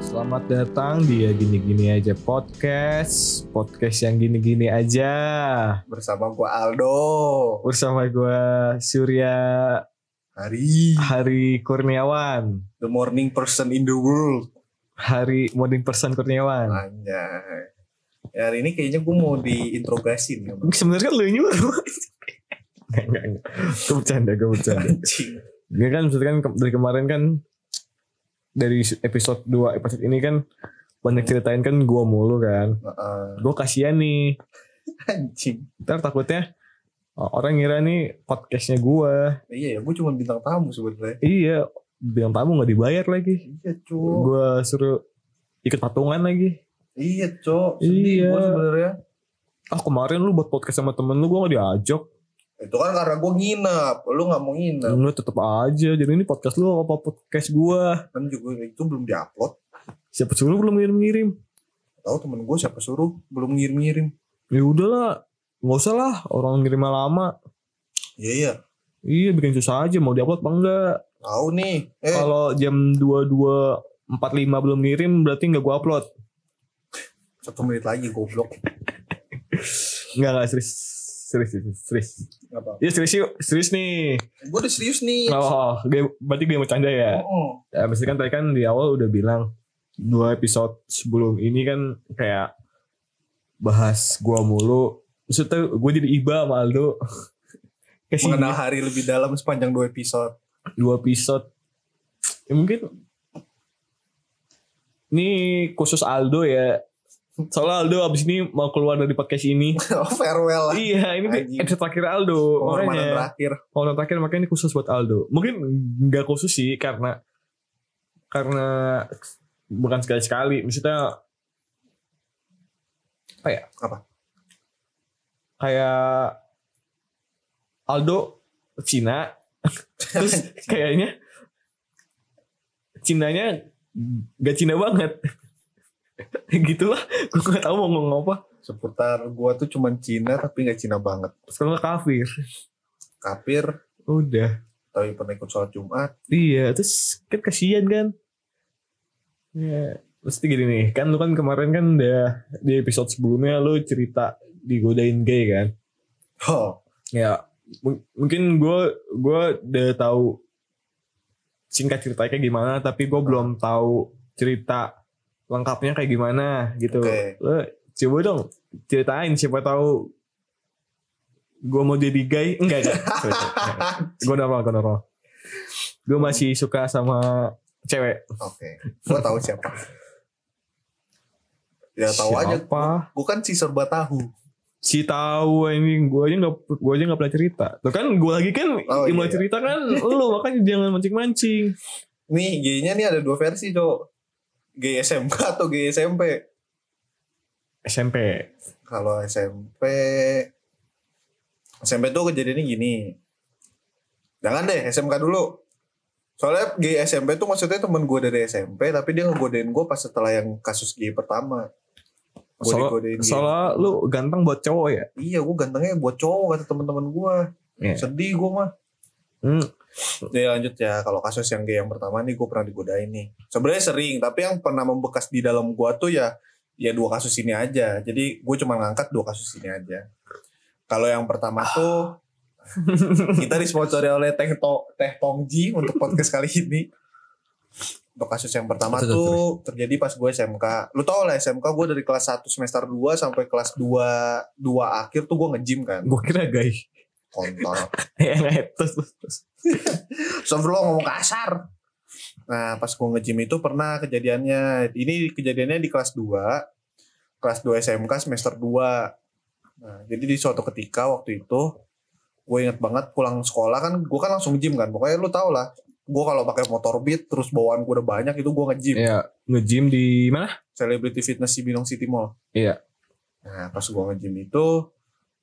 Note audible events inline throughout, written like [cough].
Selamat datang di Ya Gini-Gini Aja Podcast Podcast yang gini-gini aja bersama gua Aldo Bersama gua Surya hari Hari Kurniawan the morning person in the world Hari Morning Person Kurniawan anjay Ya, hari ini kayaknya gua mau ya, diinterogasi nih sama Sebenarnya kan lu ini [laughs] Enggak, enggak, enggak Gue bercanda, gue bercanda anjing Gue kan maksudnya kan ke- dari kemarin kan Dari episode 2 episode ini kan Banyak ceritain kan gua mulu kan Heeh, Gue kasihan nih anjing Ntar takutnya Orang ngira nih podcastnya gua iya ya gua cuma bintang tamu sebenarnya Iya, bilang tamu nggak dibayar lagi. iya cok Gua suruh ikut patungan lagi. iya cok sedih Iya. gua sebenarnya Ah kemarin lu buat podcast sama temen lu, gua nggak diajak. itu kan karena gua nginep lu nggak mau nginep Lu tetep aja. Jadi ini podcast lu apa podcast gua? kan juga itu belum diupload Siapa suruh belum ngirim-ngirim? tahu temen gua siapa suruh belum ngirim-ngirim Ya udahlah, nggak usah lah. Orang ngirim lama. iya iya Iya bikin susah aja. Mau diupload apa enggak? tahu nih eh Kalau jam 22.45 belum ngirim berarti nggak gua upload. satu menit lagi goblok Nggak nggak serius serius serius. serius. apa Iya serius yuk, serius nih. gua udah serius nih Oh, gue- berarti gue yang bercanda ya. Heeh. ya mesti kan tadi kan di awal udah bilang dua episode sebelum ini kan kayak bahas gua mulu maksudnya gue jadi iba sama Aldo [laughs] kasih mengenal hari lebih dalam sepanjang dua episode. [laughs] dua episode ya mungkin ini khusus Aldo ya soalnya Aldo abis ini mau keluar dari podcast ini Oh, Farewell lah. iya ini anjing. Oh, episode terakhir Aldo Penghormatan makanya terakhir. Kalau terakhir makanya ini khusus buat Aldo. Mungkin nggak khusus sih karena karena bukan sekali sekali. Maksudnya apa ya? Apa? Kayak Aldo Cina, [laughs] terus kayaknya Cinanya gak Cina banget. [laughs] gitu lah, gue gak tau mau ngomong apa. Seputar gua tuh cuman Cina tapi nggak Cina banget. Sekarang kafir. Kapir, Udah. tapi pernah ikut sholat Jumat. Iya, terus kan kasihan kan. Ya, mesti gini nih, kan lu kan kemarin kan udah di episode sebelumnya lu cerita digodain gay kan. Oh, Ya, mung- mungkin gue gua udah tahu singkat ceritanya kayak gimana, tapi gue belum tahu cerita lengkapnya kayak gimana gitu. Oke. Lu coba dong ceritain siapa tahu gue mau jadi gay enggak [laughs] enggak. Sorry, sorry, enggak. Gue normal, gue normal. Gue masih suka sama cewek. oke. Gua tahu siapa. Ya tahu aja. Siapa? Gua kan si serba tahu. Si tahu ini gue aja nggak gue aja nggak pernah cerita. Tuh kan gue lagi kan Oh, yang iya, mulai iya. cerita kan lu makanya jangan mancing-mancing. Nih, gaynya nih ada dua versi, Cok. Gay SMK atau gay SMP? SMP. Kalau SMP SMP tuh kejadiannya gini. Jangan deh SMK dulu. Soalnya gay SMP tuh maksudnya temen gue dari SMP tapi dia ngegodain gue pas setelah yang kasus gay pertama. Gue Soalnya- digodain gay. Soalnya lu ganteng buat cowok ya. Iya gue gantengnya buat cowok kata temen-temen gue. Iya. Sedih gue mah. Hmm. Ya lanjut ya kalau kasus yang gay yang pertama nih gue pernah digodain nih. Sebenarnya sering tapi yang pernah membekas di dalam gue tuh ya ya dua kasus ini aja. Jadi gue cuma ngangkat dua kasus ini aja. Kalau yang pertama tuh [laughs] kita disponsori oleh Teh To- Teh Tongji untuk podcast kali ini. Untuk kasus yang pertama Terus, tuh terjadi pas gue SMK. Lu tau lah SMK gue dari kelas 1 semester 2 sampai kelas 2 2 akhir tuh gue nge-gym kan. gue kira gay. [laughs] Kontol. Ya, nggak, terus, terus, terus. Sebelum ngomong kasar. Nah, pas gue nge-gym itu pernah kejadiannya. Ini kejadiannya di kelas 2. Kelas 2 SMK semester 2. Nah, jadi di suatu ketika waktu itu gue inget banget pulang sekolah kan gue kan langsung gym kan. Pokoknya lu tau lah. Gue kalau pakai motor beat terus bawaan gue udah banyak itu gue nge-gym. Ya, nge-gym di mana? Celebrity Fitness Cibinong City Mall. Iya. Nah, pas gua nge-gym itu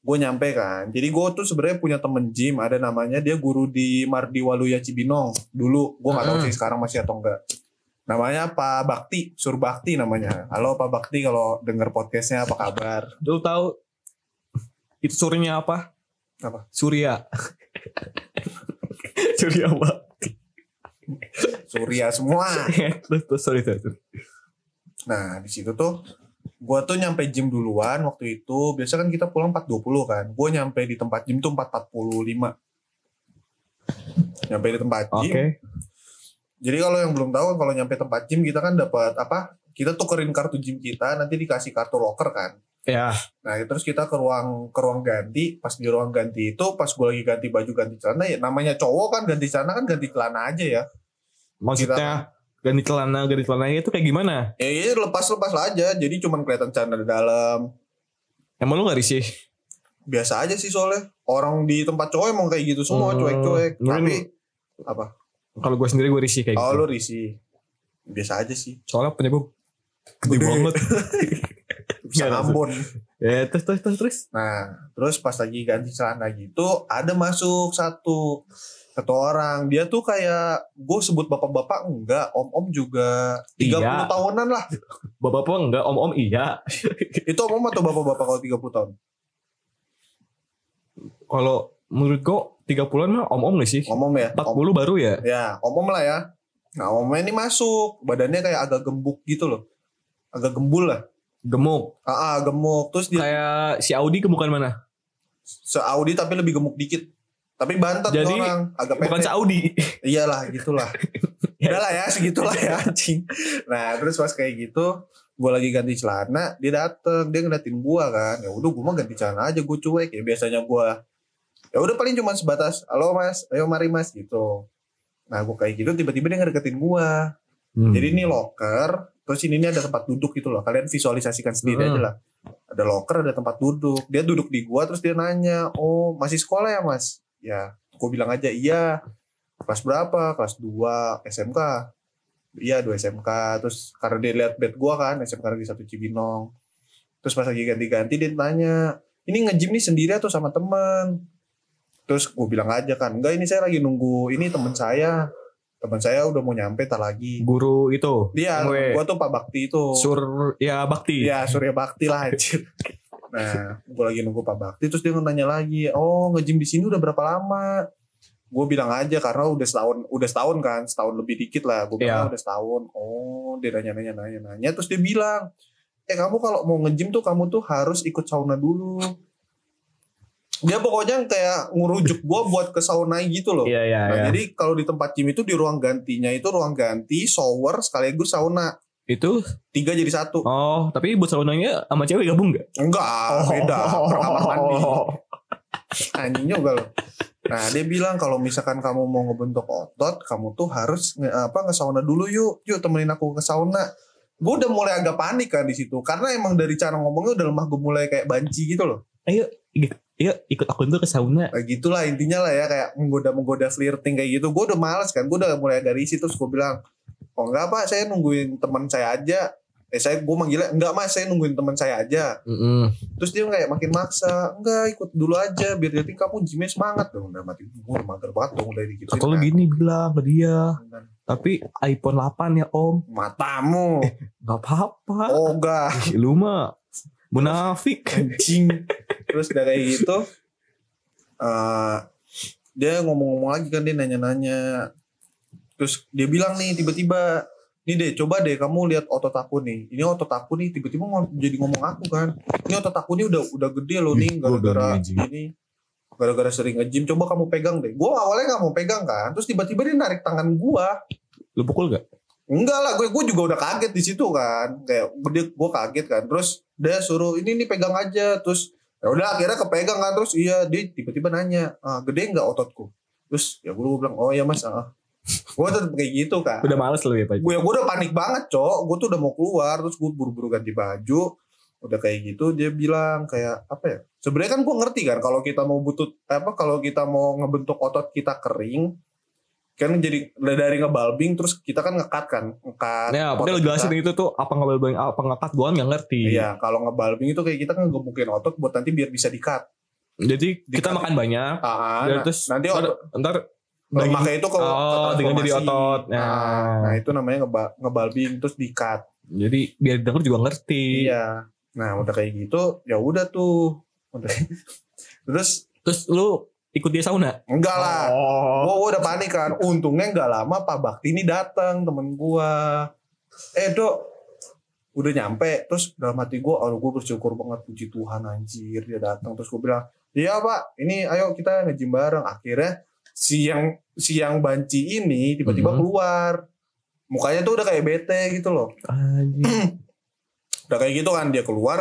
gue nyampe kan. Jadi gue tuh sebenarnya punya temen gym ada namanya dia guru di Mardi Waluya Cibinong dulu. Gue nggak tahu Mm-mm. sih sekarang masih atau enggak. Namanya Pak Bakti, Surbakti namanya. Halo Pak Bakti kalau denger podcastnya apa kabar? Lu tahu itu surnya apa? Apa? Surya. Surya apa? [laughs] Surya semua. terus, terus, Iya, sorry, sorry. sorry. Nah, di situ tuh gua tuh nyampe gym duluan waktu itu. Biasa kan kita pulang 4.20 kan. Gua nyampe di tempat gym tuh 4.45. Nyampe di tempat Oke. gym. Jadi kalau yang belum tahu kalau nyampe tempat gym kita kan dapat apa? Kita tukerin kartu gym kita nanti dikasih kartu locker kan. Ya. Nah, terus kita ke ruang ke ruang ganti. Pas di ruang ganti itu, pas gue lagi ganti baju ganti celana, ya namanya cowok kan ganti celana kan ganti celana aja ya. Maksudnya ganti celana, ganti celananya itu kayak gimana? Ya, ya lepas lepas lah aja. Jadi cuman kelihatan celana di dalam. Emang lu gak risih? Biasa aja sih soalnya. Orang di tempat cowok emang kayak gitu semua Hmm, cuek-cuek. mungkin- Tapi apa? Kalau gue sendiri gue risih kayak Oh gitu. lu risih. Biasa aja sih. Soalnya punya gue gede Gede. banget. [laughs] Bisa Nggak ada ngambon. ya terus terus terus terus. Nah, terus pas lagi ganti celana gitu, ada masuk satu satu orang. Dia tuh kayak gue sebut bapak-bapak enggak, om-om juga 30 Iya. tahunan lah. Bapak-bapak enggak, om-om iya. Itu om-om atau bapak-bapak kalau 30 tahun? Kalau menurut gue 30-an mah om-om gak sih? Om-om ya. 40 Om, baru ya? ya, om-om lah ya. Nah, om-om ini masuk, badannya kayak agak gembuk gitu loh. Agak gembul lah. Gemuk. Ah, ah, gemuk. Terus dia Kayak si Audi kebukan mana? se-Audi tapi lebih gemuk dikit. Tapi bantet Jadi, tuh orang, agak Bukan si pendek. Audi. Iyalah, gitulah. Udah lah ya, segitulah ya anjing. Nah, terus pas kayak gitu, gue lagi ganti celana, dia dateng, dia ngeliatin gua kan. Ya udah, gua mah ganti celana aja, gue cuek. Ya biasanya gua ya udah paling cuma sebatas, halo mas, ayo mari mas gitu. Nah, gua kayak gitu, tiba-tiba dia ngedeketin gua. Hmm. Jadi ini locker, terus ini nih ada tempat duduk gitu loh. Kalian visualisasikan sendiri Hmm. aja lah. Ada locker, ada tempat duduk. Dia duduk di gua, terus dia nanya, oh masih sekolah ya mas? Ya, gua bilang aja iya. Kelas berapa? Kelas 2 SMK. Iya, 2 SMK. Terus karena dia lihat bed gua kan, SMK negeri satu Cibinong. Terus pas lagi ganti-ganti dia tanya, ini nge-gym nih sendiri atau sama temen? Terus gue bilang aja kan, enggak ini saya lagi nunggu, ini temen saya. Temen saya udah mau nyampe, tak lagi. guru itu. Dia, Yang gue Iya, gua tuh Pak Bakti itu. Sur ya Bakti. ya Surya Bakti lah [laughs] anjir. Nah, gua lagi nunggu Pak Bakti terus dia nanya lagi, "Oh, nge-gym di sini udah berapa lama?" Gue bilang aja karena udah setahun, udah setahun kan, setahun lebih dikit lah. Gue Iya. bilang "Ah, udah setahun. Oh, dia nanya nanya nanya nanya terus dia bilang, "Eh, kamu kalau mau nge-gym tuh kamu tuh harus ikut sauna dulu." Dia pokoknya kayak ngurujuk gua buat ke sauna gitu loh. Iya iya Nah, iya. jadi kalau di tempat gym itu di ruang gantinya itu ruang ganti, shower sekaligus sauna. Itu Tiga jadi satu. oh, tapi buat saunanya sama cewek gabung Oh. enggak? Enggak, Oh, beda. Kamar [laughs] mandi. Anjing juga loh. Nah, dia bilang kalau misalkan kamu mau ngebentuk otot, kamu tuh harus nge, apa nge sauna dulu yuk. Yuk temenin aku ke sauna. Gue udah mulai agak panik kan di situ karena emang dari cara ngomongnya udah lemah gue mulai kayak banci gitu loh. Iya, ikut aku dulu ke sauna. Nah, gitulah intinya lah ya kayak menggoda-menggoda flirting kayak gitu. Gue udah males kan. Gue udah mulai agak risih terus gue bilang, "Oh enggak, Pak, saya nungguin teman saya aja." Eh saya gue manggilnya, "Enggak, Mas, saya nungguin teman saya aja." Mm-mm. terus dia kayak makin maksa enggak ikut dulu aja biar nanti kamu gymnya semangat dong udah mati gue mager banget dong udah kan. dikit Atau lu gitu. gini bilang ke dia, tapi iPhone 8 ya Om. matamu Gak apa-apa. oh [laughs] enggak Ih, Lu mah munafik. anjing terus udah kayak gitu eh, dia ngomong-ngomong lagi kan dia nanya-nanya terus dia bilang nih tiba-tiba ini deh coba deh kamu lihat otot aku nih ini otot aku nih tiba-tiba ngom- jadi ngomong aku kan ini otot aku nih udah udah gede loh Ih, nih gua udah gara-gara anjing. ini gara-gara sering nge-gym coba kamu pegang deh gue awalnya nggak mau pegang kan terus tiba-tiba dia narik tangan gua Lu pukul gak? Enggak lah, gue gue juga udah kaget di situ kan. Kayak dia gue kaget kan. Terus dia suruh ini nih pegang aja. Terus ya udah akhirnya kepegang kan. Terus iya dia tiba-tiba nanya, "Ah, gede nggak ototku?" Terus ya gue, gue bilang, "Oh ya Mas, ah." gue tetap kayak gitu kan. Udah males lu ya Pak. Gue gue udah panik banget, Cok. Gue tuh udah mau keluar, terus gue buru-buru ganti baju. Udah kayak gitu dia bilang kayak apa ya? Sebenarnya kan gue ngerti kan kalau kita mau butuh apa kalau kita mau ngebentuk otot kita kering kan jadi dari ngebalbing terus kita kan ngekat kan ngekat Ya, otot padahal kita. jelasin itu tuh apa ngebalbang apa ngekat gua kan nggak ngerti. Iya, kalau ngebalbing itu kayak kita kan ngegemukin otot buat nanti biar bisa dikat. Jadi kita Dikat. makan banyak, dan Ah, nah, Ya, terus nanti ntar, otot, ntar daging- lemaknya itu kalau Oh, dengan jadi otot. Nah, Nah. nah, itu namanya ngeba- ngebalbing terus dikat. jadi biar denger juga ngerti. Iya. Nah, udah kayak gitu, ya udah tuh. Udah. [laughs] Terus Terus lu ikut dia sauna? enggak lah. Oh. Gua, gua udah panik kan. Untungnya enggak lama Pak Bakti ini datang temen gua. Eh, Dok. udah nyampe terus dalam hati gue oh gue bersyukur banget puji Tuhan anjir dia datang terus gue bilang iya pak ini ayo kita ngejim bareng akhirnya siang siang banci ini tiba-tiba Mhm. keluar mukanya tuh udah kayak bete gitu loh [laughs] Anjir. Iya, udah kayak gitu kan dia keluar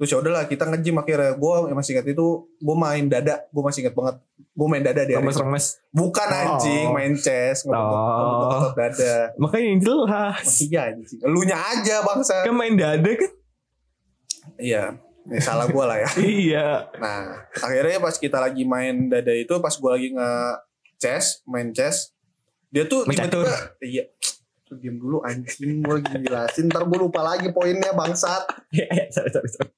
terus ya udahlah kita ngejim akhirnya gue masih ingat itu gue main dada gue masih ingat banget gue main dada dia Remes-remes. bukan anjing Oh. main chess Oh. ngotot dada Makanya yang jelas. masih iya anjing elunya aja bangsa Kan main dada [laughs] kan? iya ini salah gue lah ya [laughs] Iya. Nah, akhirnya pas kita lagi main dada itu, pas gue lagi nge chess, main chess, dia tuh Mencatur. tiba-tiba, iya, tuh diem dulu anjing, gue lagi jelasin, ntar gue lupa lagi poinnya bangsat. Iya, iya, sorry, sorry, sorry.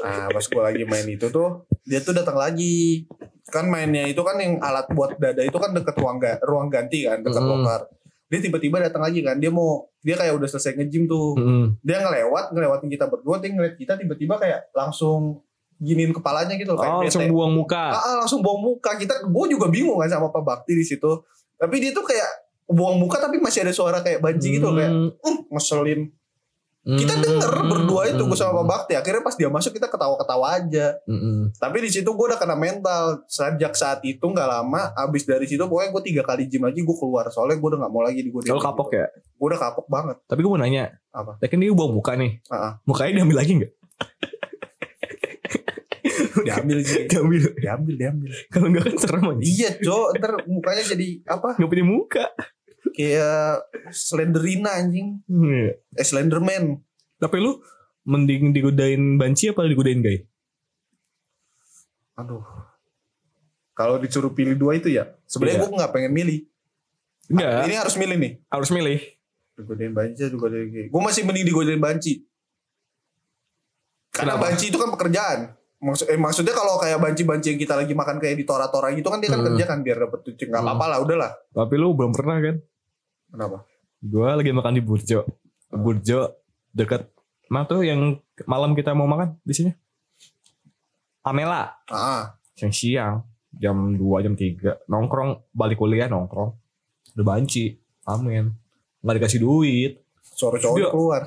Nah, pas gue lagi main itu tuh, dia tuh datang lagi. Kan mainnya itu kan yang alat buat dada itu kan deket ruang, ga- ruang ganti kan, deket Mm. locker. Dia tiba-tiba datang lagi kan, dia mau, dia kayak udah selesai nge-gym tuh Mm. dia ngelewat ngelewatin kita berdua dia ngeliat kita tiba-tiba kayak langsung giniin kepalanya gitu loh, kayak Oh, bete. langsung buang muka. Ah, ah, langsung buang muka kita gue juga bingung kan sama Pak Bakti di situ tapi dia tuh kayak buang muka tapi masih ada suara kayak banci gitu kayak Hmm. "Uh, ngeselin kita denger berdua itu gue sama Pak Hmm. Bakti akhirnya pas dia masuk kita ketawa-ketawa aja tapi di situ gue udah kena mental sejak saat itu nggak lama abis dari situ pokoknya gue tiga kali gym lagi gue keluar soalnya gue udah nggak mau lagi di gue Kalau kapok ya. gue udah kapok banget Tapi gue mau nanya. Apa? Ya kan dia buang muka nih. Ah, ah. Mukanya diambil lagi nggak? [laughs] diambil sih [laughs] Diambil. [laughs] diambil diambil Kalau nggak kan serem aja. iya cok ntar mukanya jadi apa Nggak punya muka. kayak slenderina anjing Iya. eh slenderman Tapi lu mending digodain banci apa digodain gay? Aduh. Kalau disuruh pilih dua itu ya. Sebenarnya Iya. gue nggak pengen milih. Ah, Enggak, Ini harus milih nih. Iya. harus milih. Digodain banci, digodain gay. Gue masih mending digodain banci. Karena Kenapa? banci itu kan pekerjaan. Maksud, eh, maksudnya kalau kayak banci-banci yang kita lagi makan kayak di tora-tora gitu kan dia kan Hmm. kerja kan biar dapet cuci. Gak Hmm. apa-apa lah udahlah. Tapi lu belum pernah kan? Kenapa? Gua lagi makan di Burjo. Burjo dekat mana tuh yang malam kita mau makan di sini? Amela. Ah, Siang siang jam 2 jam 3 nongkrong balik kuliah nongkrong udah banci amin nggak dikasih duit suara cowok Dia- keluar.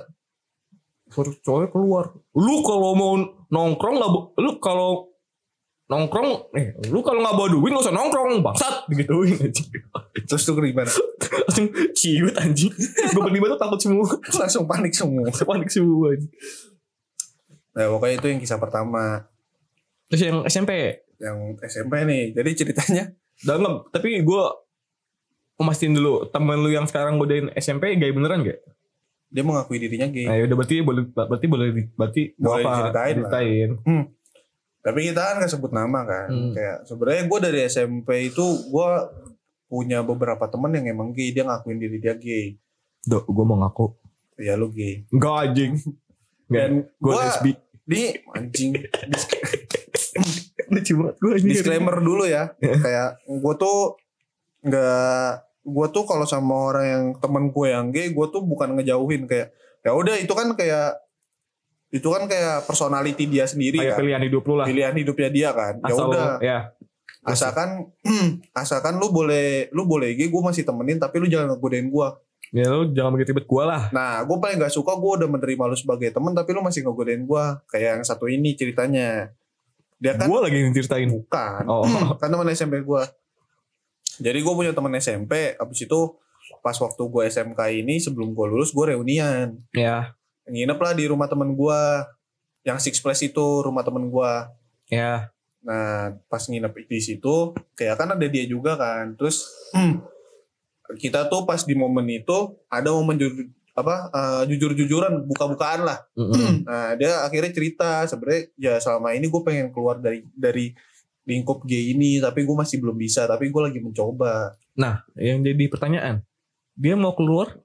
suruh cowoknya keluar lu kalau mau nongkrong nggak bo- lu kalau nongkrong eh lu kalau nggak bawa duit nggak usah nongkrong bangsat digituin anjing Terus tuh gimana? langsung ciut anjing gue berlima tuh takut semua [laughs] Langsung panik semua. panik semua anjing. Nah pokoknya itu yang kisah pertama. terus yang SMP Yang SMP nih. Jadi ceritanya. dalam tapi gue Mastiin dulu temen lu yang sekarang godain SMP gay beneran gak? Dia mengakui dirinya gay. Nah udah berarti boleh berarti boleh di- berarti Boleh apa, diceritain lah. diceritain. Tapi kita kan gak sebut nama kan. Hmm. Kayak sebenarnya gue dari SMP itu gue punya beberapa temen yang emang gay dia ngakuin diri dia gay. Duh, gue mau ngaku. Ya lu gay. Enggak anjing. Enggak. Dan Gue gue [laughs] lesbi. di [laughs] anjing Lucu banget gue anjing. disclaimer dulu ya. Iya. kayak gue tuh nggak gue tuh kalau sama orang yang temen gue yang gay gue tuh bukan ngejauhin kayak ya udah itu kan kayak itu kan kayak personality dia sendiri Kayak kan. pilihan hidup lu lah. Pilihan hidupnya dia kan. Ya Asal udah. ya. asalkan [clears throat] asalkan lu boleh lu boleh IG gue masih temenin tapi lu jangan ngegodain gue Ya lu jangan bikin ribet gue lah. nah gue paling gak suka gue udah menerima lu sebagai temen tapi lu masih ngegodain gue kayak yang satu ini ceritanya dia kan Gue lagi yang ceritain. bukan Oh. [laughs] kan temen SMP gue jadi gue punya temen SMP abis itu pas waktu gue SMK ini sebelum gue lulus gue reunian ya. nginep lah di rumah temen gue yang Six Place itu rumah temen gue Ya. Nah, pas nginep di situ, kayak kan ada dia juga kan. Terus [clears throat] kita tuh pas di momen itu ada momen jujur apa eh, jujur-jujuran buka-bukaan lah. [clears throat] Mm-mm. Nah, dia akhirnya cerita sebenarnya ya selama ini gue pengen keluar dari dari lingkup gay ini, tapi gue masih belum bisa, tapi gue lagi mencoba. Nah, yang jadi pertanyaan. Dia mau keluar.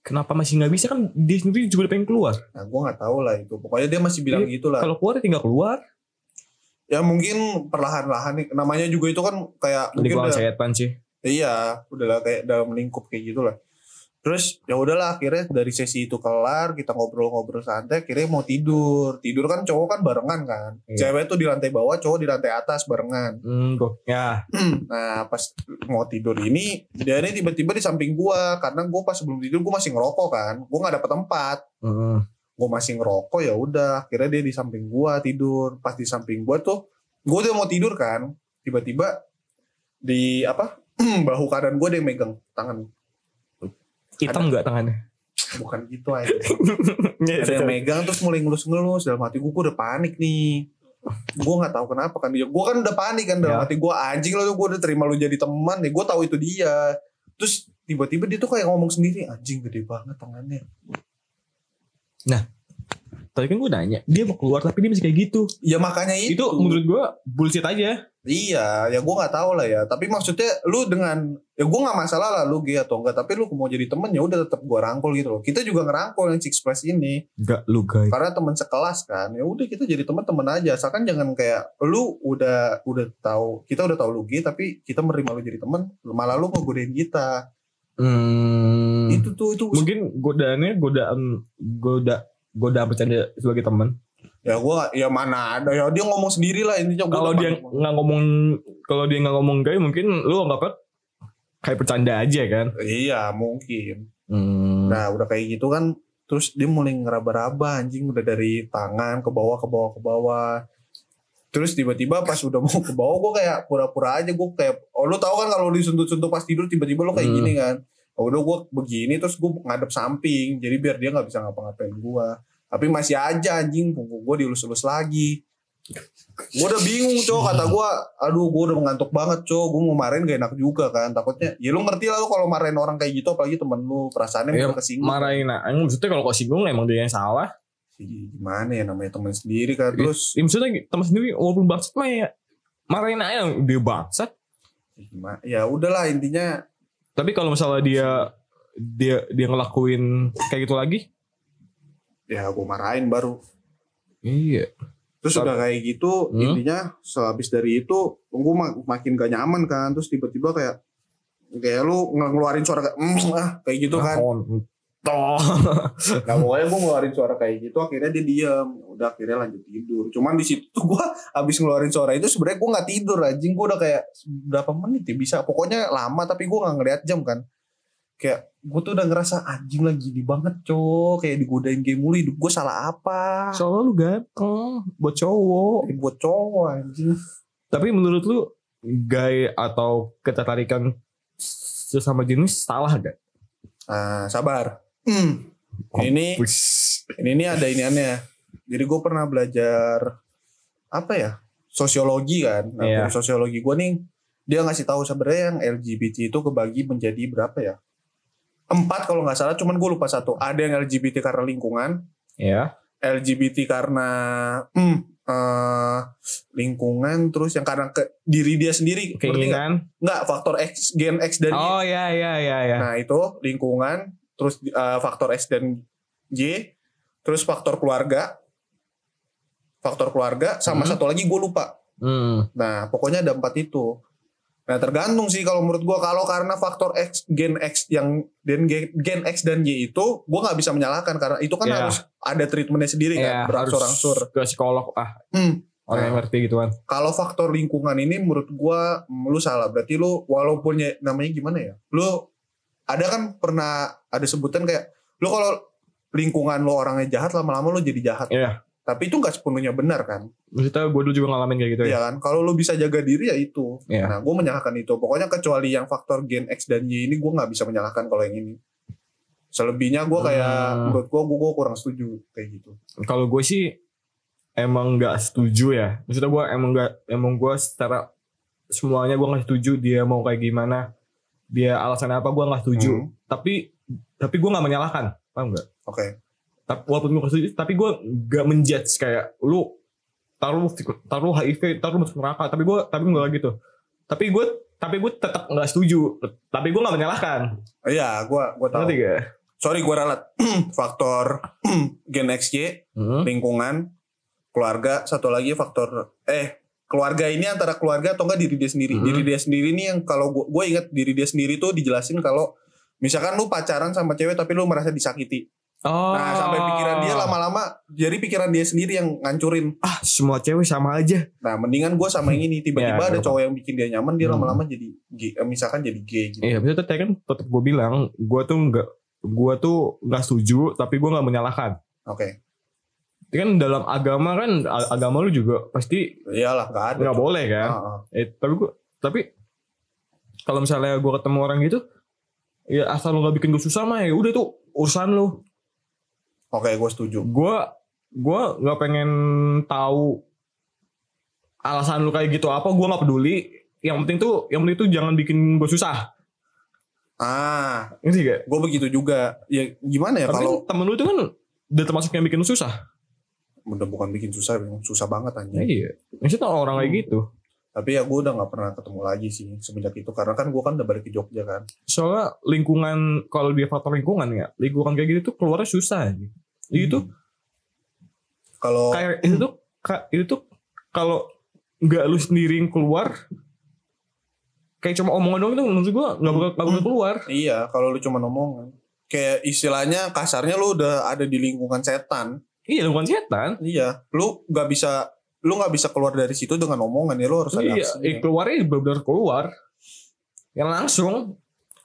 Kenapa masih nggak bisa kan dia sendiri juga udah pengen keluar. Nah, gue nggak tahu lah itu. Pokoknya dia masih bilang gitu lah. Kalau keluar ya tinggal keluar. Ya mungkin perlahan-lahan nih. Namanya juga itu kan kayak Mending mungkin keluar udah- setan sih. Iya, udahlah kayak dalam lingkup kayak gitulah. Terus ya udahlah akhirnya dari sesi itu kelar kita ngobrol-ngobrol santai akhirnya mau tidur. Tidur kan cowok kan barengan kan. Iya. Cewek tuh di lantai bawah, cowok di lantai atas barengan. Hmm, kok. Ya, [clears throat] Nah, pas mau tidur ini dia ini tiba-tiba di samping gua karena gua pas sebelum tidur gua masih ngerokok kan. Gua nggak dapet tempat. heeh. gue masih ngerokok ya udah akhirnya dia di samping gua tidur pas di samping gua tuh gue udah mau tidur kan tiba-tiba di apa [clears throat] bahu kanan gue ada yang megang tangan hitam nggak [laughs] tangannya? bukan gitu aja ada Iya. yang megang terus mulai ngelus-ngelus dalam hati gue udah panik nih gue nggak tahu kenapa kan dia gue kan udah panik kan Ya. dalam hati gue anjing lo gue udah terima lu jadi teman ya gue tahu itu dia terus tiba-tiba dia tuh kayak ngomong sendiri anjing gede banget tangannya Tadi kan gue nanya, dia mau keluar tapi dia masih kayak gitu. ya makanya itu, Itu, menurut gue bullshit aja. Iya, ya gua nggak tahu lah ya. Tapi maksudnya lu dengan ya gua nggak masalah lah lu gay atau enggak. Tapi lu mau jadi temen ya udah tetap gua rangkul gitu loh. Kita juga ngerangkul yang Six Plus ini Enggak lu guys. karena teman sekelas kan. Ya udah kita jadi teman-teman aja. Asalkan jangan kayak lu udah udah tahu kita udah tahu lu gay tapi kita menerima lu jadi temen malah lu ngegodain kita. Hmm. Itu tuh itu Mungkin godaannya godaan goda godaan bercanda sebagai teman. ya gua ya mana ada ya dia ngomong sendiri lah intinya gua Kalau nggak dia paham. nggak ngomong kalau dia nggak ngomong gay mungkin lu anggapnya kayak bercanda aja kan. Iya, mungkin. Hmm. Nah udah kayak gitu kan terus dia mulai ngeraba-raba anjing udah dari tangan ke bawah ke bawah ke bawah. Terus tiba-tiba pas udah mau ke bawah gue kayak pura-pura aja gue kayak oh lu tahu kan kalau disentuh-sentuh pas tidur tiba-tiba lu kayak Hmm. gini kan. Oh, udah gue begini terus gue ngadep samping jadi biar dia nggak bisa ngapa-ngapain gue. Tapi masih aja anjing punggung gue diulus-ulus lagi. Gue udah bingung cowok kata gue aduh gue udah mengantuk banget cowok gue mau marahin gak enak juga kan takutnya ya lu ngerti lah lu kalau marahin orang kayak gitu apalagi temen lu perasaannya Iya, bakal kesinggung. marahin nah, maksudnya kalau kau singgung emang dia yang salah. Ih, gimana ya namanya temen sendiri kan terus Ya, maksudnya teman sendiri walaupun bangsat mah ya marahin aja dia bangsat. gimana ya udahlah intinya Tapi kalau misalnya dia dia dia ngelakuin kayak gitu lagi, ya gue marahin baru iya. terus Tapi- udah kayak gitu Hmm? intinya sehabis dari itu gue makin gak nyaman kan terus tiba-tiba kayak kayak lu nge- ngeluarin suara kayak "Mm, ah," kayak Nah, gitu kan Toh. [laughs] nah pokoknya gue ngeluarin suara kayak gitu akhirnya dia diam udah akhirnya lanjut tidur cuman di situ [laughs] tuh gue abis ngeluarin suara itu sebenarnya gue nggak tidur anjing gue udah kayak berapa menit ya bisa pokoknya lama tapi gue nggak ngeliat jam kan kayak gue tuh udah ngerasa anjing lagi di banget cok kayak digodain game mulu hidup gue salah apa Soalnya lu ganteng buat cowok. Eh, buat cowok anjing Tapi menurut lu gay atau ketertarikan sesama jenis salah gak? nah sabar Hmm. ini Wis. ini ini ada iniannya jadi gue pernah belajar apa ya sosiologi kan nah, Iya. guru sosiologi gue nih dia ngasih tahu sebenarnya yang LGBT itu kebagi menjadi berapa ya empat kalau nggak salah cuman gue lupa satu ada yang LGBT karena lingkungan Ya. LGBT karena hmm, eh, lingkungan terus yang karena ke diri dia sendiri Ngerti nggak Keinginan. Nggak, faktor X gen X dan Y iya. Oh ya ya ya ya. Nah itu lingkungan, terus eh, faktor X dan Y, terus faktor keluarga, faktor keluarga, sama Hmm. satu lagi gue lupa. Hmm. Nah pokoknya ada empat itu. Nah tergantung sih kalau menurut gue kalau karena faktor X gen X yang dan gen, gen X dan Y itu gue nggak bisa menyalahkan karena itu kan Ya. harus ada treatmentnya sendiri Ya, kan berangsur-angsur. harus ke psikolog ah Hmm. orang yang ngerti gitu kan. Kalau faktor lingkungan ini menurut gua mm, lu salah. Berarti lu walaupun ya, namanya gimana ya? Lu ada kan pernah ada sebutan kayak lu kalau lingkungan lu orangnya jahat lama-lama lu jadi jahat. Iya. Tapi itu nggak sepenuhnya benar kan? Maksudnya gue dulu juga ngalamin kayak gitu ya. Iya kan? Kalau lu bisa jaga diri ya itu. Iya. Nah, gua menyalahkan itu. Pokoknya kecuali yang faktor gen X dan Y ini gua nggak bisa menyalahkan kalau yang ini. Selebihnya gua kayak Hmm. menurut gua, gua gua kurang setuju kayak gitu. Kalau gue sih emang nggak setuju ya. Maksudnya gue emang nggak emang gue secara semuanya gue nggak setuju dia mau kayak gimana dia alasan apa gue nggak setuju. Hmm, Tapi tapi gue nggak menyalahkan paham nggak? Oke. tapi, walaupun gue setuju tapi gue gak menjudge kayak lu taruh taruh HIV taruh masuk neraka tapi gue tapi gue gitu tapi gue tapi gue tetap nggak setuju tapi gue nggak menyalahkan Iya, gua gua tahu. ngerti gak? Sorry gua ralat. [clears throat] faktor [clears throat] gen X Y lingkungan, keluarga, satu lagi faktor eh keluarga ini antara keluarga atau enggak diri dia sendiri. Hmm. Diri dia sendiri nih yang kalau gue ingat diri dia sendiri tuh dijelasin kalau Misalkan lu pacaran sama cewek tapi lu merasa disakiti. Oh. Nah, sampai pikiran dia lama-lama jadi pikiran dia sendiri yang ngancurin. Ah, semua cewek sama aja. Nah, mendingan gue sama yang ini tiba-tiba Ya, bener. ada cowok yang bikin dia nyaman, dia Hmm. lama-lama jadi gay, eh, misalkan jadi gay gitu. Iya, bisa tadi kan tetap gue bilang, gue tuh nggak gue tuh nggak setuju, tapi gue nggak menyalahkan. Oke. Kan dalam agama kan a- agama lu juga pasti Iyalah, nggak ada. nggak tuh. boleh kan. Ah, ah. Eh, tapi gue tapi kalau misalnya gue ketemu orang gitu, ya asal lu nggak bikin gue susah mah ya udah tuh urusan lu. Oke, gue setuju. gue gue nggak pengen tahu alasan lu kayak gitu apa gue nggak peduli yang penting tuh yang penting tuh jangan bikin gue susah Ah, ngerti gak gue begitu juga. Ya gimana ya tapi kalau temen lu itu kan udah termasuk yang bikin lu susah udah bukan bikin susah, memang susah banget Nah, anjing. iya maksudnya orang kayak gitu Tapi ya gue udah nggak pernah ketemu lagi sih semenjak itu karena kan gue kan udah balik ke Jogja kan. soalnya lingkungan kalau dia faktor lingkungan ya lingkungan kayak gitu tuh keluarnya susah aja. itu Kalau kayak itu tuh ka- itu tuh kalau nggak lu sendiri yang keluar kayak cuma omongan doang itu menurut gue nggak bakal, nggak bakal keluar iya, kalau lu cuma omongan. Kayak istilahnya kasarnya lu udah ada di lingkungan setan. iya lingkungan setan Iya, lu nggak bisa lu nggak bisa keluar dari situ dengan omongan ya lu harus ada Iya, aksinya. eh, keluarnya benar-benar keluar. Yang langsung.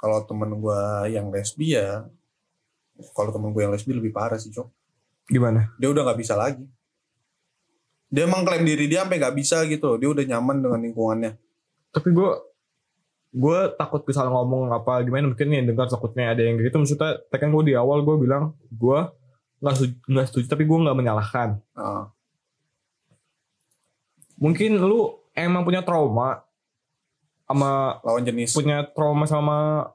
Kalau temen gue yang lesbi ya, kalau temen gue yang lesbi lebih parah sih cok. Gimana? Dia udah nggak bisa lagi. Dia mengklaim diri dia sampai nggak bisa gitu. Dia udah nyaman dengan lingkungannya. Tapi gue gue takut kesal ngomong apa gimana mungkin yang dengar takutnya ada yang gitu maksudnya tadi kan gue di awal gue bilang gue nggak setuju, nggak setuju tapi gue nggak menyalahkan Nah, mungkin lu emang punya trauma sama lawan jenis. punya trauma sama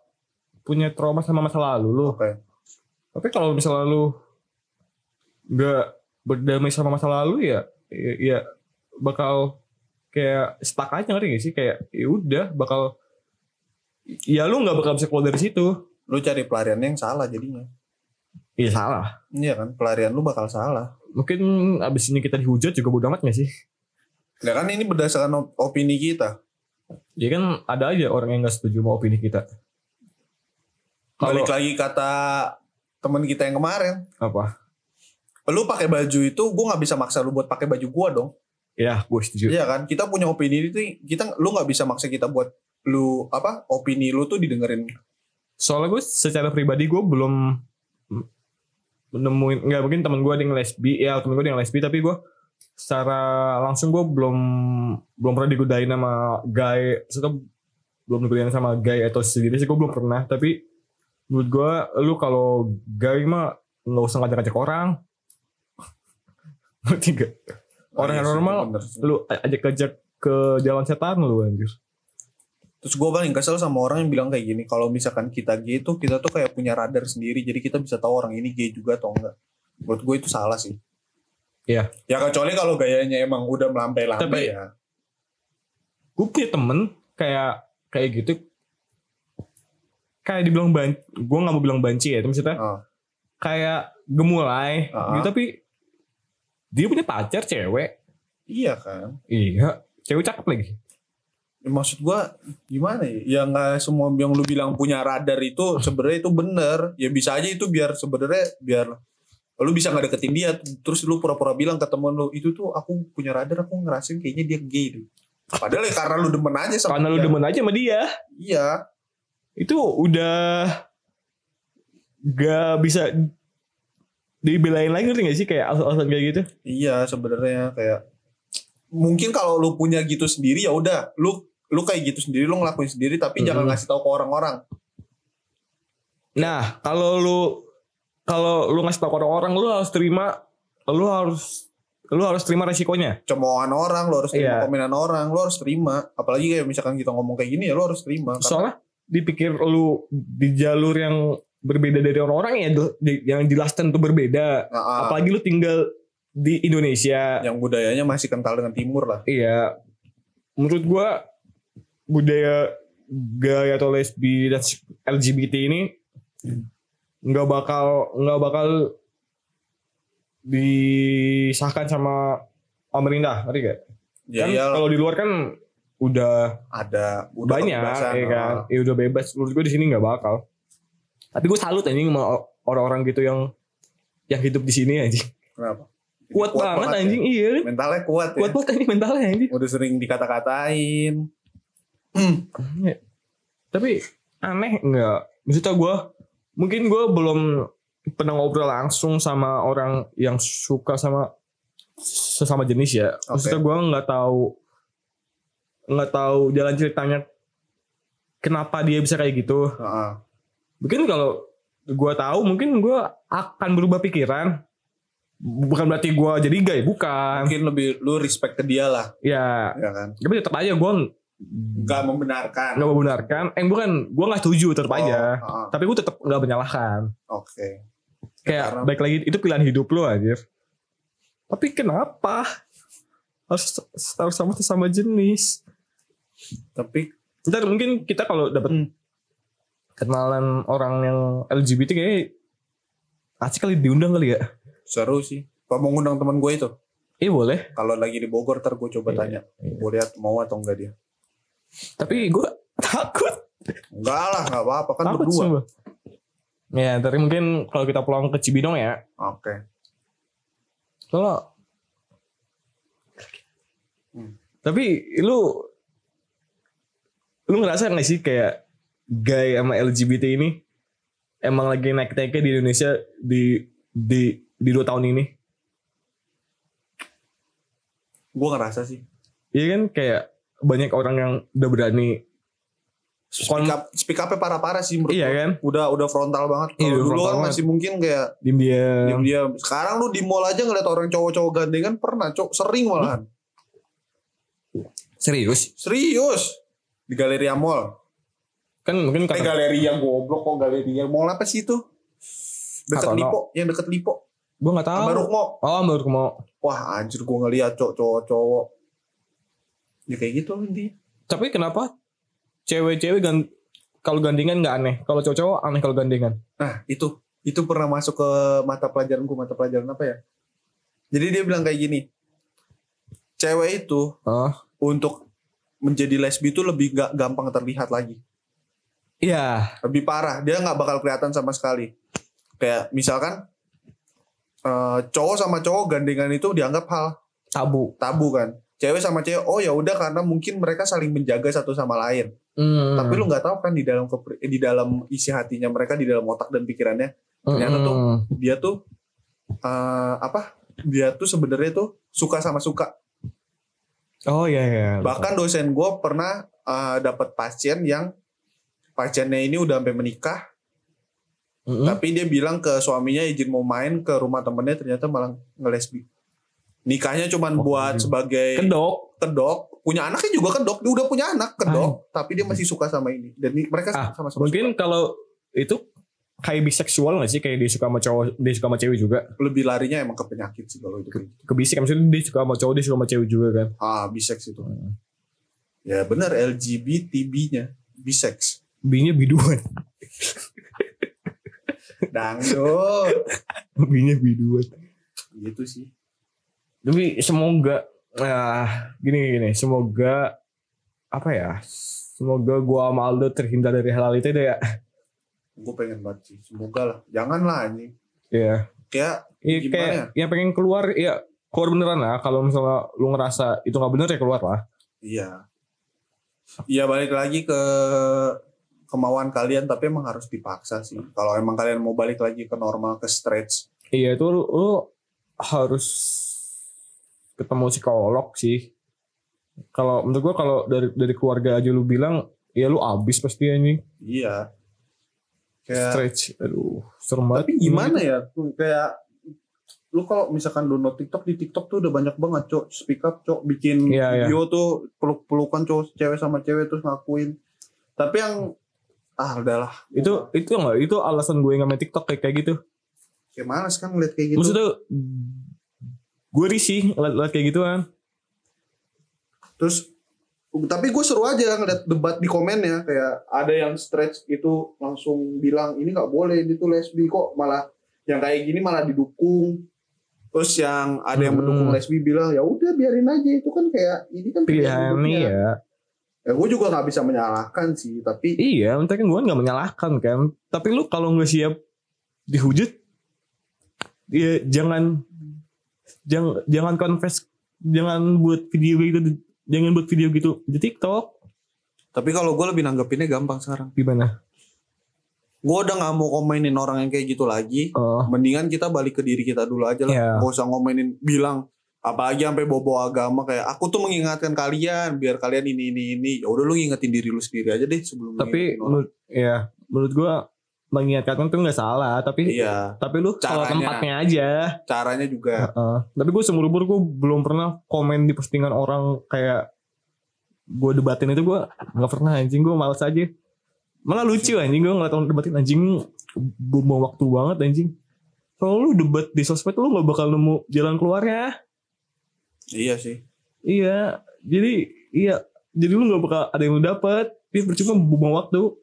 punya trauma sama masa lalu lu Oke. tapi kalau misalnya lu nggak berdamai sama masa lalu ya ya ya bakal kayak stuck aja ngerti gak sih kayak ya udah bakal ya lu nggak bakal bisa keluar dari situ Lu cari pelariannya yang salah jadinya. iya salah Iya kan, pelarian lu bakal salah. mungkin abis ini kita dihujat juga bodo amat gak sih Ya kan ini berdasarkan op- opini kita. ya kan ada aja orang yang nggak setuju sama opini kita kalau Balik lagi kata temen kita yang kemarin, apa lu pakai baju itu gue nggak bisa maksa lu buat pakai baju gua dong. ya gue setuju Iya kan? Kita punya opini itu kita lu nggak bisa maksa kita buat lu apa? Opini lu tuh didengerin. soalnya gue secara pribadi gue belum menemuin nggak mungkin temen gue ada yang lesbi ya temen gue ada yang lesbi tapi gue secara langsung gue belum belum pernah digodain sama guy suka belum digodain sama guy atau sendiri sih gue belum pernah tapi menurut gue lu kalau guy mah nggak usah ngajak-ngajak orang [laughs] ngerti gak? Orang Iya yang sih, normal. bener sih. lu ajak-ajak ke jalan setan lu anjir Terus gue paling kesel sama orang yang bilang kayak gini, kalau misalkan kita gay itu kita tuh kayak punya radar sendiri, jadi kita bisa tahu orang ini gay juga atau enggak. Menurut gue itu salah sih. Iya. Ya kecuali kalau gayanya emang udah melambai-lambai Tapi- ya. gue punya temen kayak kayak gitu kayak dibilang ban gue nggak mau bilang banci ya itu maksudnya Ah. kayak gemulai Ah. gitu tapi dia punya pacar cewek Iya kan. iya cewek cakep lagi Ya, maksud gua gimana ya ya nggak semua yang lu bilang punya radar itu sebenarnya itu bener ya bisa aja itu biar sebenarnya biar lu bisa nggak deketin dia terus lu pura-pura bilang ke temen lu itu tuh aku punya radar aku ngerasain kayaknya dia gay deh padahal ya karena lu demen aja sama karena lu dia. demen aja sama dia iya itu udah gak bisa dibelain lagi ngerti gak sih kayak alasan-alasan kayak gitu iya sebenarnya kayak mungkin kalau lu punya gitu sendiri ya udah lu lu kayak gitu sendiri lu ngelakuin sendiri tapi Mm. jangan ngasih tahu ke orang-orang Nah, kalau lu kalau lu ngasih tau ke orang-orang lu harus terima lu harus lu harus terima resikonya. cemoan orang lu harus Iya. terima komenan orang lu harus terima apalagi kayak misalkan kita ngomong kayak gini ya lu harus terima Karena- Soalnya dipikir lu di jalur yang berbeda dari orang-orang ya di- yang jelaskan tuh berbeda. Nah, ah, Apalagi lu tinggal di Indonesia. yang budayanya masih kental dengan timur lah. Iya. Menurut gua budaya gay atau lesbi dan LGBT ini nggak bakal nggak bakal disahkan sama pemerintah, ngerti gak? Ya kan iyalah, kalau di luar kan udah ada udah banyak, kebebasan, ya kan? ah. Ya udah bebas. Menurut gue di sini nggak bakal. tapi gue salut anjing sama o- orang-orang gitu yang yang hidup di sini anjing Kenapa? Jadi kuat, banget ya. anjing iya Mentalnya kuat, kuat banget anjing mentalnya anjing ya. Udah sering dikata-katain. Iya. tapi aneh nggak maksudnya gue mungkin gue belum pernah ngobrol langsung sama orang yang suka sama sesama jenis ya maksudnya gue nggak tahu nggak tahu jalan ceritanya kenapa dia bisa kayak gitu Heeh. mungkin kalau gue tahu mungkin gue akan berubah pikiran bukan berarti gue jadi gay bukan Mungkin lebih lu respect ke dia lah, ya ya kan? tapi tetap aja gue Gak membenarkan. nggak membenarkan eh bukan gue nggak setuju tetap Oh, aja heeh. tapi gue tetap nggak menyalahkan Oke. kayak karena- baik lagi itu pilihan hidup lo anjir tapi kenapa harus harus sama sama jenis Tapi ntar mungkin kita kalau dapat Hmm. kenalan orang yang LGBT kayak asik kali diundang kali ya seru sih. Kau mau ngundang teman gue itu? eh boleh Kalau lagi di Bogor ntar gue coba Iya, tanya. iya. Gue lihat mau atau enggak dia. Tapi gue [laughs] takut. Enggak lah, enggak apa-apa kan takut berdua. sumpah. Ya, tapi mungkin kalau kita pulang ke Cibinong ya. Oke. Kalau Hmm. Tapi lu lu ngerasa nggak sih kayak gay sama LGBT ini emang lagi naik-naiknya di Indonesia di di di dua tahun ini? Gue ngerasa sih. Iya kan kayak banyak orang yang udah berani Speak Kon- up, speak up-nya parah-parah sih menurut Iya gue. kan? Udah udah frontal banget. Iya, udah Kalau dulu frontal banget. kan Iya. masih mungkin kayak Diem dia. diam diam. Sekarang lu di mall aja ngeliat orang cowok-cowok gandengan pernah, cowok sering malahan. Serius? Serius. Di Galeria Mall. Kan mungkin Eh karena Galeria goblok kok Galeria Mall apa sih itu? Deket Katono. Lipo, yang deket Lipo. gue nggak tahu. Sama Rukmo. Oh, baru mau. Wah anjir gue ngeliat cowok-cowok. Ya kayak gitu intinya. Tapi kenapa cewek-cewek gan kalau gandengan nggak aneh, kalau cowok-cowok aneh kalau gandengan. Nah itu itu pernah masuk ke mata pelajaran gue mata pelajaran apa ya? Jadi dia bilang kayak gini, cewek itu Oh. untuk menjadi lesbi itu lebih gak gampang terlihat lagi, Iya. lebih parah. Dia nggak bakal kelihatan sama sekali. Kayak misalkan eh, cowok sama cowok gandengan itu dianggap hal Tabu. tabu kan. Cewek sama cewek, oh ya udah karena mungkin mereka saling menjaga satu sama lain. Hmm. Tapi lu nggak tahu kan di dalam kepri- di dalam isi hatinya mereka di dalam otak dan pikirannya Hmm. ternyata tuh Mm-mm. dia tuh eh, apa dia tuh sebenarnya tuh suka sama suka Oh iya iya. bahkan dosen gue pernah eh, dapat pasien yang pasiennya ini udah sampai menikah Mm-mm. tapi dia bilang ke suaminya izin mau main ke rumah temennya ternyata malah ngelesbi nikahnya cuman Oh, iya. Kan buat sebagai kedok. kedok punya anaknya juga kedok dia udah punya anak kedok tapi dia masih suka sama ini dan ini- mereka iya. Ah, sama-sama Mungkin kalau itu kayak biseksual nggak sih kayak dia suka sama cowok dia suka sama cewek juga suka. lebih larinya emang ke penyakit sih kalau itu kebisik maksudnya dia suka sama cowok dia suka sama cewek juga kan ah bisex itu ya benar LGBTB-nya bisex binya biduan [laughs] Dangdut. binya biduan gitu sih. tapi semoga nah gini gini semoga apa ya semoga gua sama Aldo terhindar dari hal-hal itu deh ya Gue pengen banget sih. Semoga lah. Jangan lah anjing. Iya. Kayak Iya Gimana kayak yang pengen keluar ya keluar beneran lah kalau misalnya lu ngerasa itu nggak bener ya keluar lah iya. Iya balik lagi ke kemauan kalian tapi emang harus dipaksa sih. Kalau emang kalian mau balik lagi ke normal ke stretch. iya itu lu, lu harus ketemu psikolog sih kalau menurut gua kalau dari dari keluarga aja lu bilang ya lu abis pasti anjing Iya. Kayak stretch aduh serem banget Ya. tapi gimana ya? Kayak lu kalau misalkan download TikTok di TikTok tuh udah banyak banget cok speak up cok bikin Iya, iya. video tuh peluk pelukan cowok cewek sama cewek terus ngakuin tapi yang ah udahlah itu itu enggak itu alasan gue nggak main TikTok kayak kayak gitu kayak males kan ngeliat kayak gitu maksudnya gue risih ngeliat, ngeliat kayak gituan terus tapi gue seru aja ngeliat debat di komennya kayak ada yang stretch itu langsung bilang ini nggak boleh ini tuh lesbi kok malah yang kayak gini malah didukung terus yang ada yang Hmm. mendukung lesbi bilang ya udah biarin aja itu kan kayak ini kan pilihan nih hidupnya." ya ya gue juga nggak bisa menyalahkan sih tapi Iya, maksudnya kan gue nggak menyalahkan kan. Tapi lu kalau nggak siap dihujat, ya jangan jangan jangan confess, jangan buat video gitu, jangan buat video gitu di TikTok. Tapi kalau gue lebih nanggepinnya gampang sekarang. Gimana? Gue udah nggak mau komenin orang yang kayak gitu lagi. Oh, Mendingan kita balik ke diri kita dulu aja lah. Iya. Gak usah ngomenin bilang apalagi sampai bobo agama kayak aku tuh mengingatkan kalian biar kalian ini ini ini. Ya udah lu ngingetin diri lu sendiri aja deh sebelum. lu tapi ngingetin orang. menurut ya menurut gue mengingatkan tuh nggak salah, tapi iya tapi lu salah Caranya. tempatnya aja. caranya juga. Heeh. Tapi gue seumur umur gue belum pernah komen di postingan orang kayak gue debatin itu gue nggak pernah anjing gue males aja. Malah lucu anjing gue ngeliat orang debatin anjing gue mau waktu banget anjing. Kalau lu debat di sosmed lu nggak bakal nemu jalan keluarnya. Iya sih. Iya. Jadi iya. Jadi lu nggak bakal ada yang lu dapat. Dia percuma buang waktu.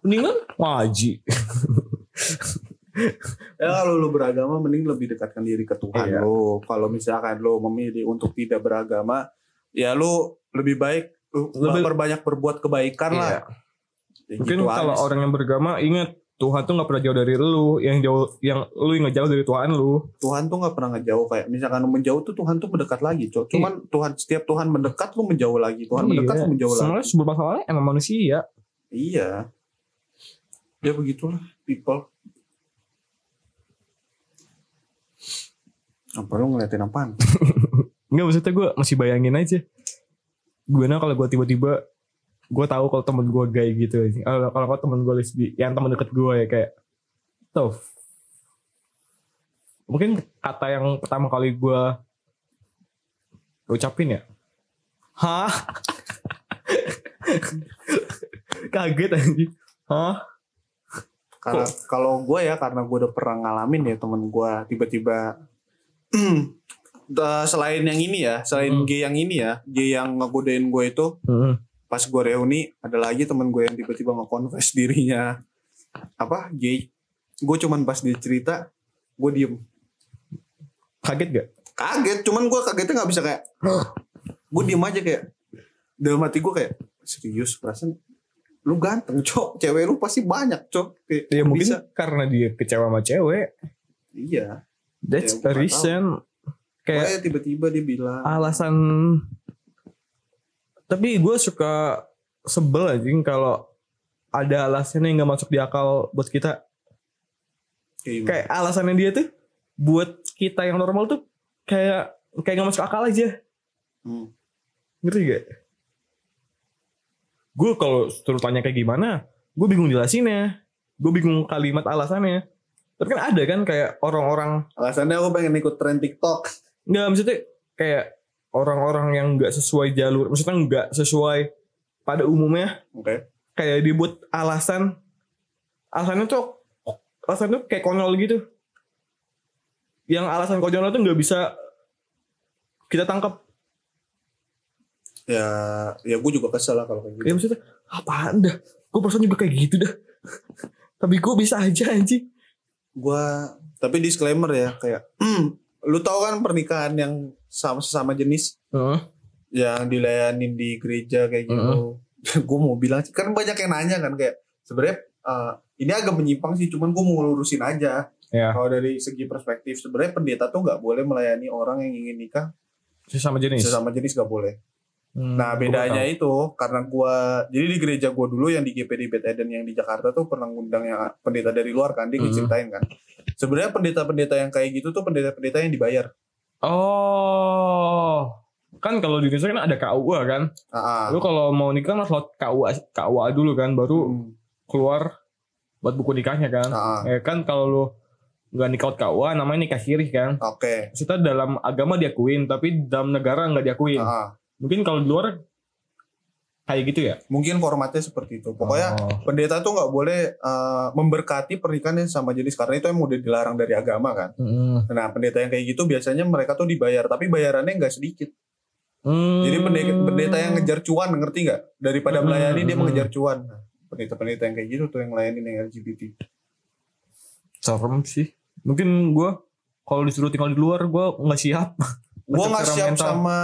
Mendingan ngaji. ya kalau lu beragama mending lebih dekatkan diri ke Tuhan Iya. lo kalau misalkan lo memilih untuk tidak beragama ya lu lebih baik lu Lebih- Iya. perbanyak berbuat kebaikan lah Ya Mungkin gitu kalau aja sih. orang yang beragama ingat Tuhan tuh nggak pernah jauh dari lu, yang jauh yang lu yang nggak jauh dari Tuhan lu. Tuhan tuh nggak pernah ngejauh kayak misalkan lu menjauh tuh Tuhan tuh mendekat lagi Cok. Iya. cuman Tuhan setiap Tuhan mendekat lu menjauh lagi Tuhan mendekat lu menjauh lagi Sebenarnya sumber masalahnya emang manusia. Iya. Ya begitulah people. Apa lu ngeliatin apaan? Enggak maksudnya gue masih bayangin aja. Gue kalau gue tiba-tiba gue tahu kalau temen gue gay gitu. anjing. Kalau kalau kalau temen gue lesbi, yang temen deket gue ya kayak tuh. Mungkin kata yang pertama kali gue ucapin ya. Hah? [laughs] Kaget anjing. Hah? Karena kalau gue ya karena gue udah pernah ngalamin ya temen gue tiba-tiba [clears throat] Da- selain yang ini ya, selain Hmm. gay yang ini ya, gay yang ngegodain gue itu Heeh. pas gue reuni ada lagi temen gue yang tiba-tiba nge-confess dirinya apa gay. Gue cuman pas dia cerita gue diem. Kaget gak? kaget cuman gue kagetnya nggak bisa kayak gue diem aja kayak dalam hati gue kayak serius perasaan lu ganteng cok cewek lu pasti banyak cok Kayak, Ya mungkin bisa karena dia kecewa sama cewek. iya That's a Ya, gua nggak tahu. reason. Kayak kayak Ah, tiba-tiba dia bilang alasan. Tapi gue suka sebel anjing kalau ada alasan yang nggak masuk di akal buat kita. kayak, Kayak alasannya dia tuh buat kita yang normal tuh kayak kayak nggak masuk akal aja. Hmm. Ngerti gak? Gue kalau suruh tanya kayak gimana, gue bingung jelasinnya. Gue bingung kalimat alasannya. Tapi kan ada kan kayak orang-orang alasannya aku pengen ikut tren TikTok Nggak maksudnya kayak orang-orang yang nggak sesuai jalur, maksudnya nggak sesuai pada umumnya oke kayak dibuat alasan alasannya tuh alasannya tuh kayak konyol gitu. Yang alasan konyol tuh nggak bisa kita tangkap. ya ya gue juga kesel lah kalau kayak gitu Ya maksudnya apaan dah? Gue perasaan juga kayak gitu dah. [laughs] Tapi gue bisa aja anjing. gue tapi disclaimer ya kayak lu tau kan pernikahan yang sama sesama jenis Heeh. yang dilayanin di gereja kayak gitu. [laughs] gue mau bilang sih, kan banyak yang nanya kan kayak sebenarnya eh, ini agak menyimpang sih, cuman gue mau lurusin aja. Ya. Kalau dari segi perspektif sebenarnya pendeta tuh nggak boleh melayani orang yang ingin nikah Sesama jenis. sesama jenis nggak boleh. Hmm, gua Nah bedanya tahu. itu karena gue jadi di gereja gue dulu yang di GPD Beth Eden yang di Jakarta tuh pernah ngundang yang pendeta dari luar kan dia Mhm. ceritain kan. Sebenarnya pendeta-pendeta yang kayak gitu tuh pendeta-pendeta yang dibayar. Oh. Kan kalau di Indonesia kan ada KUA kan? Ah, ah. Lu kalau mau nikah harus lewat KUA, KUA dulu kan baru Hmm, keluar buat buku nikahnya kan. ah, ah. Ya kan kalau lu nggak nikah lewat KUA namanya nikah sirih kan. Oke. Maksudnya dalam agama diakuin tapi dalam negara nggak diakuin. Ah, ah. Mungkin kalau di luar kayak gitu ya. Mungkin formatnya seperti itu. Pokoknya Oh. pendeta tuh nggak boleh eh, memberkati pernikahan yang sama jenis karena itu emang udah dilarang dari agama kan. Mm. Nah pendeta yang kayak gitu biasanya mereka tuh dibayar tapi bayarannya nggak sedikit. Hmm. Jadi pendeta, pendeta yang ngejar cuan ngerti nggak? Daripada Hmm. melayani dia mengejar cuan. Nah, Pendeta-pendeta yang kayak gitu tuh yang melayani yang LGBT. serem sih. Mungkin gua kalau disuruh tinggal di luar gua nggak siap. Gue Macam nggak secara siap mental. sama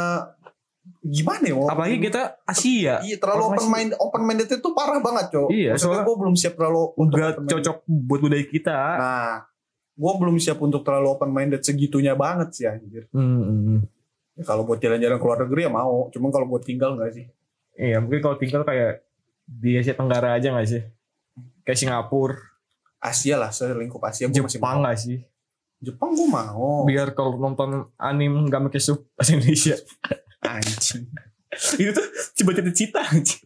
gimana ya ngomong- apalagi kita Asia Iya terlalu Orang open masih- mind open minded itu parah banget cowok. Iya, Maksudnya soalnya- gue belum siap terlalu untuk nggak open minded. cocok buat budaya kita Nah, gue belum siap untuk terlalu open minded segitunya banget sih anjir. Hmm, hmm, hmm. Ya, kalau buat jalan-jalan keluar negeri ya mau, cuman kalau buat tinggal nggak sih? iya mungkin kalau tinggal kayak di Asia Tenggara aja nggak sih kayak Singapura Asia lah, selingkup Asia gue Iya, masih Jepang mau. nggak sih Jepang gue mau. biar kalau nonton anime nggak pakai sub bahasa Indonesia Anjing. [laughs] itu tuh coba cita-cita anjir.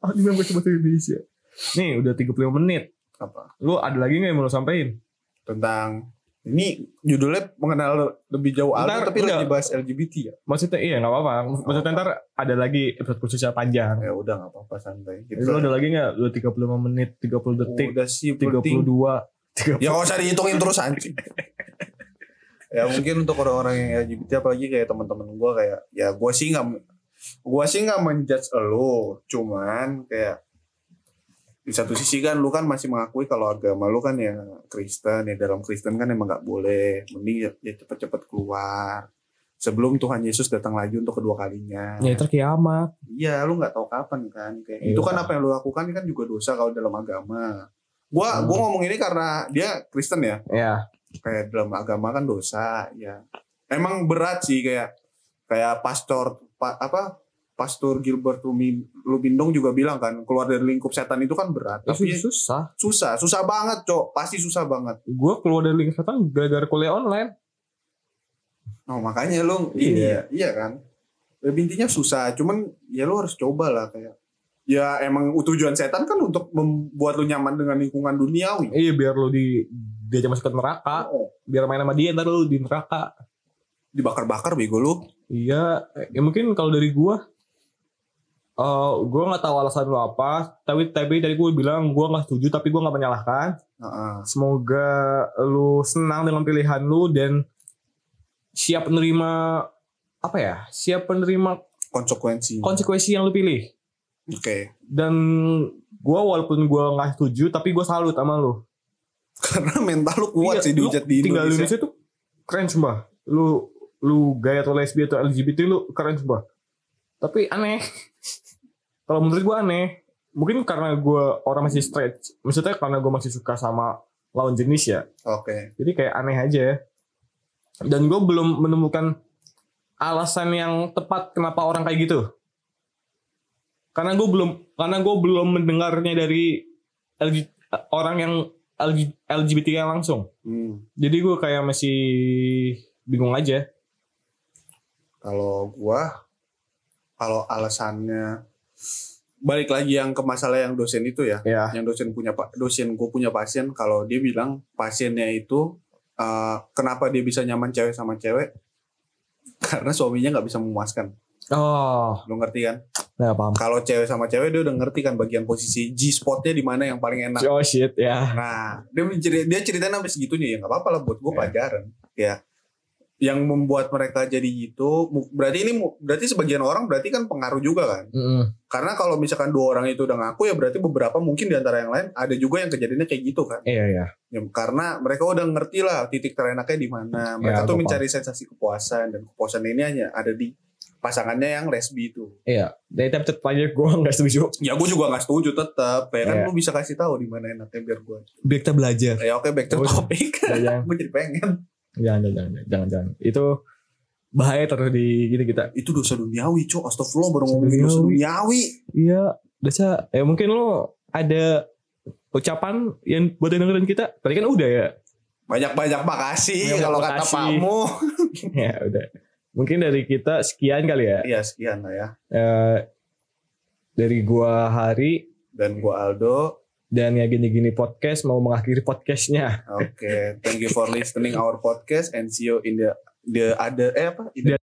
anime Oh, nggak coba Indonesia nih udah 35 menit Apa? lu ada lagi nggak yang mau lu sampein Tentang ini judulnya mengenal lebih jauh Ntar, Aldo tapi udah. lagi bahas LGBT ya. maksudnya iya nggak apa-apa maksudnya ntar ada lagi episode khusus yang panjang Ya udah nggak apa-apa santai. Gitu. lu ada lagi nggak lu 35 menit 30 detik udah sih 32 penting. 30 Ya gak usah dihitungin terus anjing. ya mungkin untuk orang-orang yang LGBT apalagi kayak teman-teman gue kayak ya gue sih nggak gue sih nggak menjudge lo cuman kayak di satu sisi kan lu kan masih mengakui kalau agama lu kan ya Kristen ya dalam Kristen kan emang nggak boleh mending ya, ya cepet-cepet keluar sebelum Tuhan Yesus datang lagi untuk kedua kalinya ya ntar kiamat Iya, lu nggak tahu kapan kan. Kayak Iya. itu kan apa yang lu lakukan kan juga dosa kalau dalam agama. Gua Hmm. gua ngomong ini karena dia Kristen ya. ya Kayak dalam agama kan dosa, ya. Emang berat sih kayak kayak pastor pa- apa Pastor Gilbert Lumi- Lumindong juga bilang kan keluar dari lingkup setan itu kan berat. Tapi susah susah, susah banget, Cok. Pasti susah banget. gue keluar dari lingkaran setan gara-gara kuliah online Oh, makanya lu Iya. ini ya, iya kan. Lebih intinya susah, cuman ya lu harus coba lah kayak. Ya emang tujuan setan kan untuk membuat lu nyaman dengan lingkungan duniawi. iya biar lu di diajak masuk ke neraka Oh, biar main sama dia ntar lu di neraka dibakar-bakar bego lu. iya ya mungkin kalau dari gue eh gue nggak tahu alasan lu apa tapi tapi dari gue bilang gue nggak setuju tapi gue nggak menyalahkan Heeh. Semoga lu senang dengan pilihan lu dan siap menerima apa ya? Siap menerima Konsekuensi. konsekuensi yang lu pilih. Oke. Dan gua walaupun gua nggak setuju tapi gua salut sama lu. Karena mental lu kuat Iya, sih lu dihujat di Tinggal di Indonesia. Indonesia tuh keren semua. Lu lu gaya atau lesbi atau LGBT lu keren semua. Tapi aneh. [laughs] Kalau menurut gua aneh. Mungkin karena gua orang masih straight. Maksudnya karena gua masih suka sama lawan jenis ya. Oke. Jadi kayak aneh aja. ya. Dan gue belum menemukan alasan yang tepat kenapa orang kayak gitu. Karena gue belum karena gue belum mendengarnya dari LG orang yang LG LGBT yang langsung. Hmm. Jadi gue kayak masih bingung aja. Kalau gua kalau alasannya balik lagi yang ke masalah yang dosen itu ya. Ya. yang dosen punya pa- dosen gue punya pasien kalau dia bilang pasiennya itu eh, kenapa dia bisa nyaman cewek sama cewek karena suaminya nggak bisa memuaskan Oh, lo ngerti kan nggak paham. kalau cewek sama cewek dia udah ngerti kan bagian posisi G spotnya di mana yang paling enak Oh shit ya. nah dia menceri- dia ceritain sampai segitunya ya nggak apa-apa lah buat gue Iya. pelajaran ya yang membuat mereka jadi gitu mu- berarti ini mu- berarti sebagian orang berarti kan pengaruh juga kan Mm-mm. karena kalau misalkan dua orang itu udah ngaku ya berarti beberapa mungkin di antara yang lain ada juga yang kejadiannya kayak gitu kan Iya iya. Ya, karena mereka udah ngerti lah titik terenaknya di mana. Mereka Ya, tuh gua mencari sensasi kepuasan dan kepuasan ini hanya ada di pasangannya yang lesbi itu. Dari tapi tetap aja gue nggak setuju. Ya gue juga nggak setuju tetap. Ya kan Iya. lu bisa kasih tahu di mana enaknya biar gue. Biar kita [laughs] belajar. Ya oke back to Gua- topic. [laughs] Iya, Jangan gue jadi pengen. jangan jangan jangan jangan. jangan. Itu bahaya terus di gitu kita. Itu dosa duniawi, cuy. Astagfirullah baru Dosa ngomongin dosa duniawi. duniawi. Iya, Desa. Ya mungkin lo ada ucapan yang buat yang dengerin kita. Tadi kan udah ya. Banyak-banyak makasih Banyak-banyak kalau kata makasih. pakmu. [laughs] ya udah. Mungkin dari kita sekian kali ya. Iya sekian lah ya. Eh, dari gua Hari Dan gue Aldo. dan ya gini-gini podcast mau mengakhiri podcastnya. Oke, thank you for listening our podcast and see you in the the other eh apa? In the